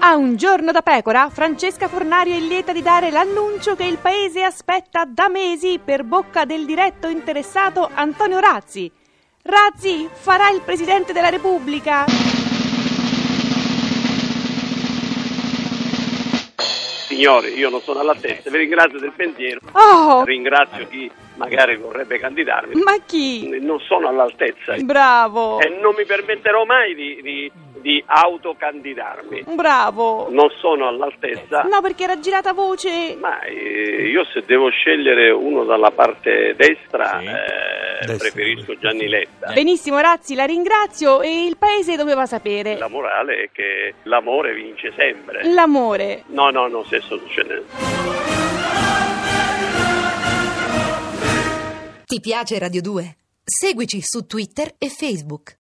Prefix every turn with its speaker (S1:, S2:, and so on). S1: A un giorno da pecora, Francesca Fornario è lieta di dare l'annuncio che il paese aspetta da mesi per bocca del diretto interessato Antonio Razzi. Razzi farà il Presidente della Repubblica.
S2: Signori, io non sono all'attesa, vi ringrazio del pensiero,
S1: Oh,
S2: ringrazio chi magari vorrebbe candidarmi,
S1: ma chi?
S2: non sono all'altezza
S1: Bravo,
S2: e non mi permetterò mai di, di- di autocandidarmi,
S1: bravo.
S2: non sono all'altezza,
S1: No, perché era girata voce.
S2: ma eh, io se devo scegliere uno dalla parte destra, eh, preferisco Gianni Letta.
S1: Benissimo, Razzi, la ringrazio e il paese doveva sapere.
S2: La morale è che l'amore vince sempre.
S1: L'amore.
S2: No, no, cioè, non se sto succedendo.
S3: Ti piace Radio 2? Seguici su Twitter e Facebook.